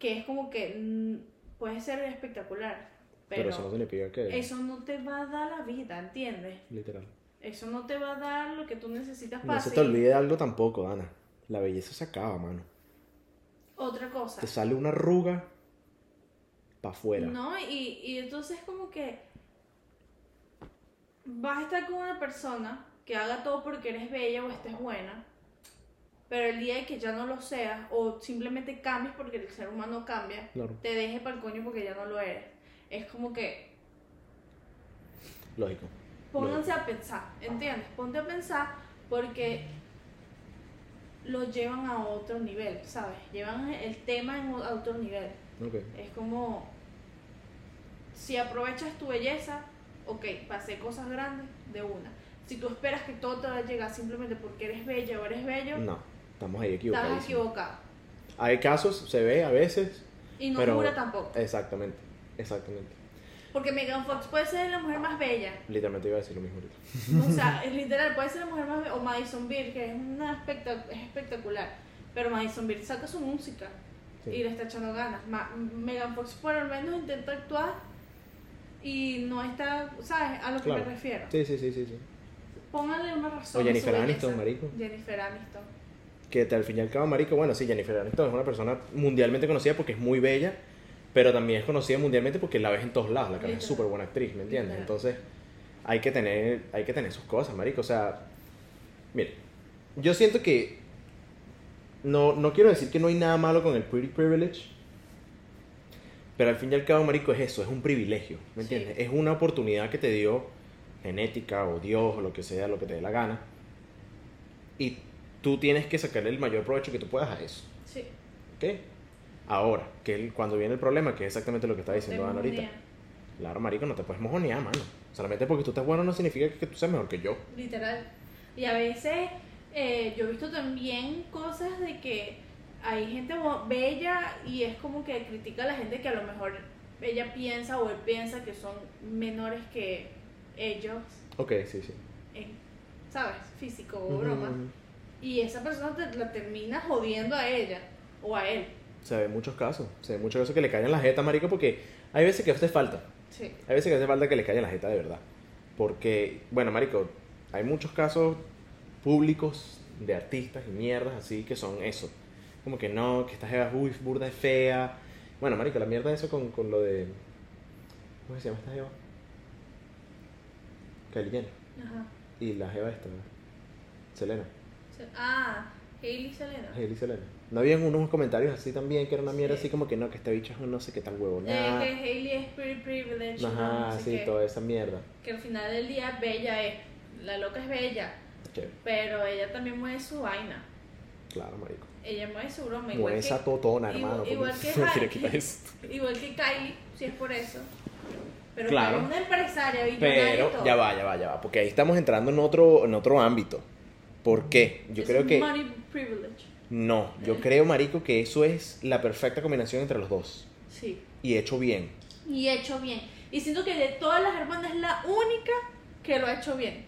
B: que es como que mm, puede ser espectacular,
A: pero,
B: pero,
A: eso no significa que...
B: eso no te va a dar la vida, ¿entiendes?
A: Literal.
B: Eso no te va a dar lo que tú necesitas para
A: No se te
B: seguir.
A: olvide algo tampoco, Ana. La belleza se acaba, mano.
B: otra cosa.
A: Te sale una arruga para afuera.
B: No, y, y entonces como que vas a estar con una persona que haga todo porque eres bella o estés buena, pero el día de que ya no lo seas o simplemente cambies porque el ser humano cambia,
A: Claro,
B: te deje para el coño porque ya no lo eres. Es como que
A: lógico.
B: pónganse a pensar, ¿entiendes? Ponte a pensar porque lo llevan a otro nivel, ¿sabes? Llevan el tema en o- a otro nivel.
A: Ok.
B: Es como, si aprovechas tu belleza, ok, pasé cosas grandes de una. Si tú esperas que todo te va a llegar simplemente porque eres bella o eres bello,
A: No, estamos ahí
B: estás
A: equivocados.
B: equivocado.
A: Hay casos, se ve a veces.
B: Y no
A: Pero-
B: dura tampoco.
A: Exactamente, exactamente.
B: Porque Megan Fox puede ser la mujer más bella.
A: Literalmente iba a decir lo mismo ahorita.
B: O sea, es literal, puede ser la mujer más bella. O Madison Beer, que es, una espectac- es espectacular. Pero Madison Beer saca su música
A: Sí.
B: y le está echando ganas. Ma- Megan Fox por lo menos intenta actuar y no está, ¿sabes? A lo que
A: Claro.
B: me refiero.
A: Sí, sí, sí, sí. sí.
B: Póngale una razón.
A: O Jennifer
B: a su
A: Aniston,
B: belleza.
A: marico.
B: Jennifer Aniston.
A: Que te- al fin y al cabo, marico, bueno, sí, Jennifer Aniston es una persona mundialmente conocida porque es muy bella, pero también es conocida mundialmente porque la ves en todos lados, la cara es
B: Literal.
A: súper buena actriz, ¿me entiendes?
B: Literal.
A: Entonces, hay que tener hay que tener sus cosas, marico, o sea, mire, yo siento que no no quiero decir que no hay nada malo con el pretty privilege, pero al fin y al cabo, marico, es eso, es un privilegio, ¿me
B: Sí.
A: entiendes? Es una oportunidad que te dio genética o Dios o lo que sea, lo que te dé la gana. Y tú tienes que sacarle el mayor provecho que tú puedas a eso.
B: Sí.
A: ¿Ok? Ahora, que el- cuando viene el problema, que es exactamente lo que está diciendo
B: de
A: Ana ahorita.
B: mojonear.
A: Claro, marico, no te puedes mojonear, mano. Solamente porque tú estás bueno no significa que tú seas mejor que yo.
B: Literal. Y a veces eh, yo he visto también cosas de que hay gente bo- bella y es como que critica a la gente que a lo mejor ella piensa o él piensa que son menores que ellos,
A: Ok, sí, sí.
B: en, ¿sabes? Físico o
A: Ujú,
B: broma.
A: ujú.
B: Y esa persona te- la termina jodiendo a ella o a él.
A: Se ve muchos casos. Se ve muchos casos que le caen en la jeta, marico, porque hay veces que hace falta.
B: Sí.
A: Hay veces que hace falta que le caiga la jeta de verdad. Porque, bueno, marico, hay muchos casos públicos de artistas y mierdas así que son eso. como que no, que esta jeva, uy, burda es fea. Bueno, marico, la mierda de eso con, con lo de... ¿Cómo se llama esta jeva? Kylie Jenner.
B: Ajá.
A: Y la jeva esta, Selena.
B: Se- Ah, Hailey Selena.
A: Hailey Selena. No habían unos comentarios así también, que era una mierda
B: Sí.
A: así como que no, que esta bicha es un no sé qué tan huevo.
B: Eh, que Hailey es pretty privileged. no
A: Ajá,
B: sé
A: sí,
B: qué.
A: toda esa mierda.
B: Que al final del día es bella, es. La loca es bella.
A: Chévere.
B: Pero ella también mueve su vaina.
A: Claro, marico.
B: Ella mueve su broma. Igual
A: Mueve
B: que,
A: esa totona,
B: igu-
A: hermano.
B: igual
A: como-
B: que
A: No
B: Harry.
A: quiero quitar eso.
B: Igual que Kylie, si es por eso. Pero
A: Claro.
B: claro. es una empresaria billonaria y
A: Pero
B: todo.
A: ya va, ya va, ya va. Porque ahí estamos entrando en otro, en otro ámbito. ¿Por qué? Yo
B: Es Eh.
A: creo que...
B: Money privilege.
A: No, yo creo, marico, que eso es la perfecta combinación entre los dos.
B: Sí.
A: Y hecho bien.
B: Y hecho bien. Y siento que de todas las hermanas es la única que lo ha hecho bien.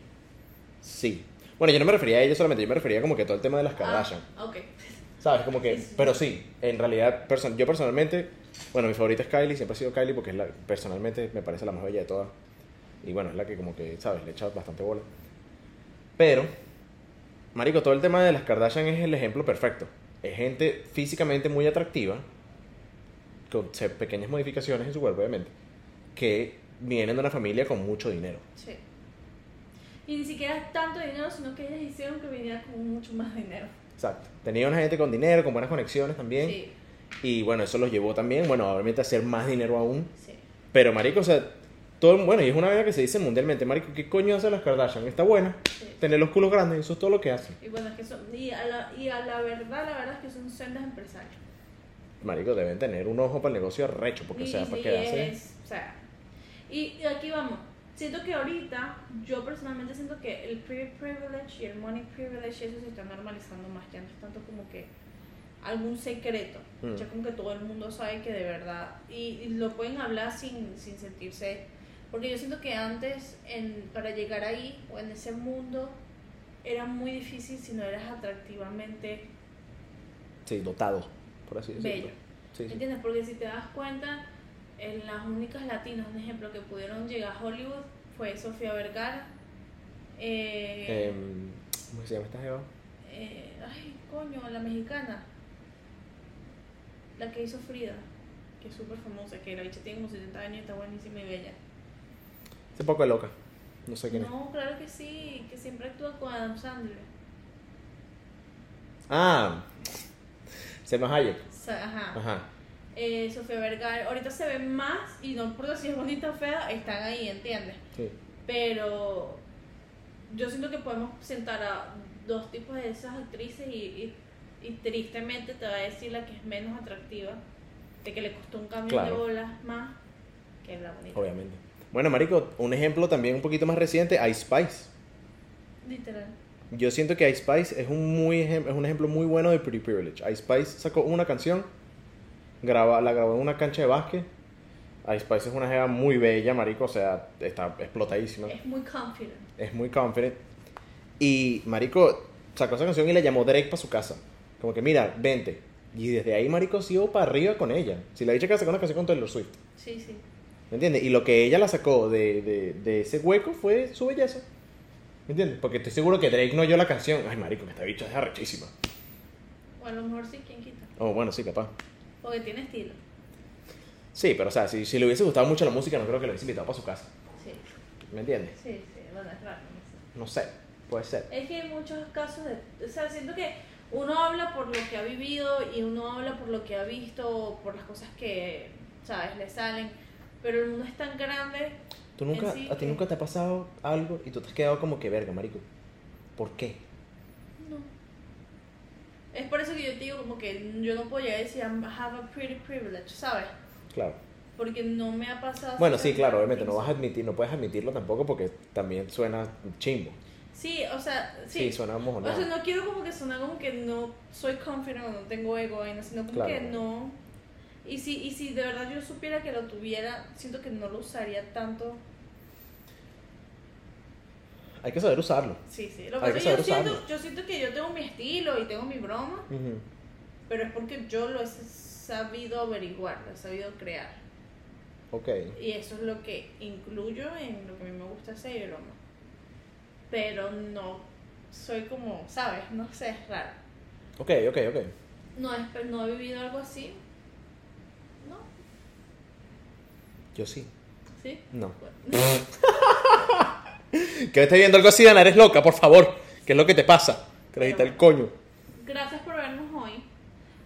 A: Sí. Bueno, yo no me refería a ellos solamente, yo me refería como que a todo el tema de las Kardashian.
B: Ah, ok.
A: ¿Sabes? Como que...
B: Sí, sí.
A: Pero sí, en realidad, perso- yo personalmente... Bueno, mi favorita es Kylie, siempre ha sido Kylie porque es la, personalmente me parece la más bella de todas. Y bueno, es la que como que, ¿sabes? Le echa bastante bola. Pero, Marico, todo el tema de las Kardashian es el ejemplo perfecto. Es gente físicamente muy atractiva, con se- pequeñas modificaciones en su cuerpo, obviamente, que vienen de una familia con mucho dinero.
B: Sí. Y ni siquiera es tanto dinero, sino que ellas hicieron que viniera con mucho más dinero.
A: Exacto. Tenía una gente con dinero, con buenas conexiones también.
B: Sí,
A: Y bueno, eso los llevó también, bueno, obviamente a hacer más dinero aún.
B: sí.
A: Pero, Marico, o sea, todo, el- bueno, y es una vida que se dice mundialmente, Marico, ¿qué coño hacen las Kardashian? Está buena,
B: Sí.
A: tener los culos grandes, eso es todo lo que hacen.
B: Y bueno, es que son, y a, la, y a la verdad, la verdad es que son sendas empresarias.
A: Marico, deben tener un ojo para el negocio arrecho, porque, o
B: y,
A: sea,
B: y
A: para qué hacen.
B: es- o sea, y, y aquí vamos. Siento que ahorita, yo personalmente siento que el pre privilege y el money privilege, eso se está normalizando más. Ya no es tanto como que algún secreto.
A: Mm.
B: Ya como que todo el mundo sabe que de verdad. Y, y lo pueden hablar sin, sin sentirse. Porque yo siento que antes, en, para llegar ahí o en ese mundo, era muy difícil si no eras atractivamente
A: Sí, dotado, por así decirlo.
B: Bello.
A: Sí, sí.
B: ¿Entiendes? Porque si te das cuenta, en las únicas latinas, un ejemplo, que pudieron llegar a Hollywood fue Sofía Vergara. Eh,
A: Em, ¿Cómo se llama esta jeva?
B: eh, ay, coño, la mexicana. La que hizo Frida, que es súper famosa, que la bicha tiene como 70 años y está buenísima y bella.
A: Ese poco de loca. No sé quién es.
B: No, claro que sí, que siempre actúa con Adam Sandler.
A: Ah, Selma Hayek.
B: O sea, ajá.
A: Ajá.
B: Eh, Sofía Vergara, ahorita se ve más y no importa si es bonita o fea, están ahí, ¿entiendes?
A: Sí.
B: pero yo siento que podemos sentar a dos tipos de esas actrices y, y- y tristemente te va a decir la que es menos atractiva, de que le costó un cambio
A: Claro.
B: de bolas más que la bonita.
A: Obviamente. Bueno, Marico, un ejemplo también un poquito más reciente, Ice Spice.
B: Literal.
A: Yo siento que Ice Spice es un, muy ejem- es un ejemplo muy bueno de Pretty Privilege. Ice Spice sacó una canción, graba, la grabó en una cancha de básquet. Ice Spice es una jeva muy bella, Marico, o sea, está explotadísima.
B: Es muy confident.
A: es muy confident. Y Marico sacó esa canción y la llamó Drake para su casa. Como que, mira, vente. Y desde ahí Marico siguió para arriba con ella. Si la dicha que sacó una canción con Taylor Swift.
B: Sí, sí.
A: ¿Me entiendes? Y lo que ella la sacó de, de- de ese hueco fue su belleza. ¿Me entiendes? Porque estoy seguro que Drake no oyó la canción. Ay, Marico, que esta bicha es arrechísima.
B: O a lo mejor sí, ¿quién quita?
A: Oh, bueno, sí, capaz.
B: Porque tiene estilo.
A: Sí, pero o sea, si, si le hubiese gustado mucho la música, no creo que lo hubiese invitado para su casa.
B: Sí,
A: ¿Me entiendes?
B: sí, sí. Bueno, es raro. no sé.
A: No sé, puede ser.
B: Es que hay muchos casos de... O sea, siento que uno habla por lo que ha vivido y uno habla por lo que ha visto, por las cosas que, ¿sabes?, le salen. Pero el mundo es tan grande
A: ¿Tú nunca,
B: En sí,
A: ¿A ti
B: eh.
A: nunca te ha pasado algo y tú te has quedado como que verga, Marico? ¿Por qué?
B: No. Es por eso que yo te digo como que yo no puedo llegar a decir "I'm- have a pretty privilege, ¿sabes?
A: Claro.
B: Porque no me ha pasado...
A: Bueno, sí, claro, obviamente no vas a admitir, no puedes admitirlo tampoco porque también suena chimbo.
B: Sí, o sea,
A: Sí,
B: sí.
A: suena
B: o sea,
A: mojonado.
B: no quiero como que sonar como que no soy confident o no tengo ego, vaina, sino como
A: Claro.
B: que no... Y si, y si de verdad yo supiera que lo tuviera, siento que no lo usaría tanto.
A: Hay que saber usarlo.
B: Sí, sí. Lo
A: Hay que
B: que pasa es que yo
A: saber
B: siento,
A: usarlo.
B: yo siento que yo tengo mi estilo y tengo mi broma,
A: Ujú.
B: pero es porque yo lo he sabido averiguar, lo he sabido crear.
A: Ok.
B: Y eso es lo que incluyo en lo que a mí me gusta hacer y broma. Pero no soy como, ¿sabes? No sé, es raro.
A: Ok, ok, ok.
B: No, espe- no he vivido algo así. No,
A: Yo sí.
B: sí.
A: No.
B: Bueno.
A: Que estés viendo algo así, Ana, eres loca, por favor. ¿Qué es lo que te pasa? Carajita el coño.
B: Gracias por vernos hoy.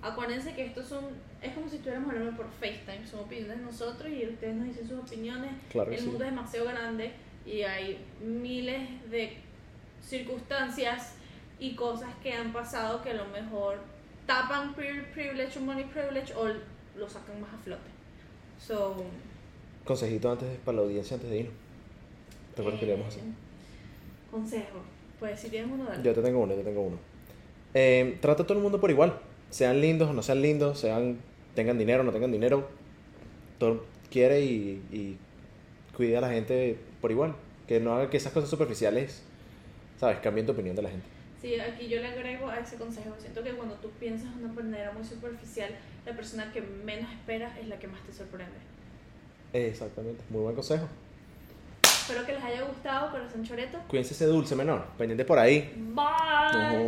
B: Acuérdense que estos son, es como si estuviéramos hablando por FaceTime, son opiniones de nosotros y ustedes nos dicen sus opiniones.
A: Claro que
B: El
A: sí.
B: mundo es demasiado grande y hay miles de circunstancias y cosas que han pasado que a lo mejor tapan pri- privilege o money privilege o lo sacan más a flote. So,
A: Consejito antes de- para la audiencia, antes de irnos. ¿Te acuerdas que
B: eh,
A: le íbamos a hacer?
B: Consejo. Pues si tienes uno, dale.
A: Yo te tengo uno, yo tengo uno. Eh, trata a todo el mundo por igual. Sean lindos o no sean lindos, sean, tengan dinero o no tengan dinero. Todo quiere y, y cuida a la gente por igual. Que no haga que esas cosas superficiales, ¿sabes? Cambien tu opinión de la gente.
B: Sí, aquí yo le agrego a ese consejo. Siento que cuando tú piensas de una manera muy superficial, la persona que menos esperas es la que más te sorprende.
A: Exactamente, muy buen consejo.
B: Espero que les haya gustado, corazón choreto.
A: Cuídense ese dulce menor, pendiente por ahí.
B: Bye.
A: Ojo.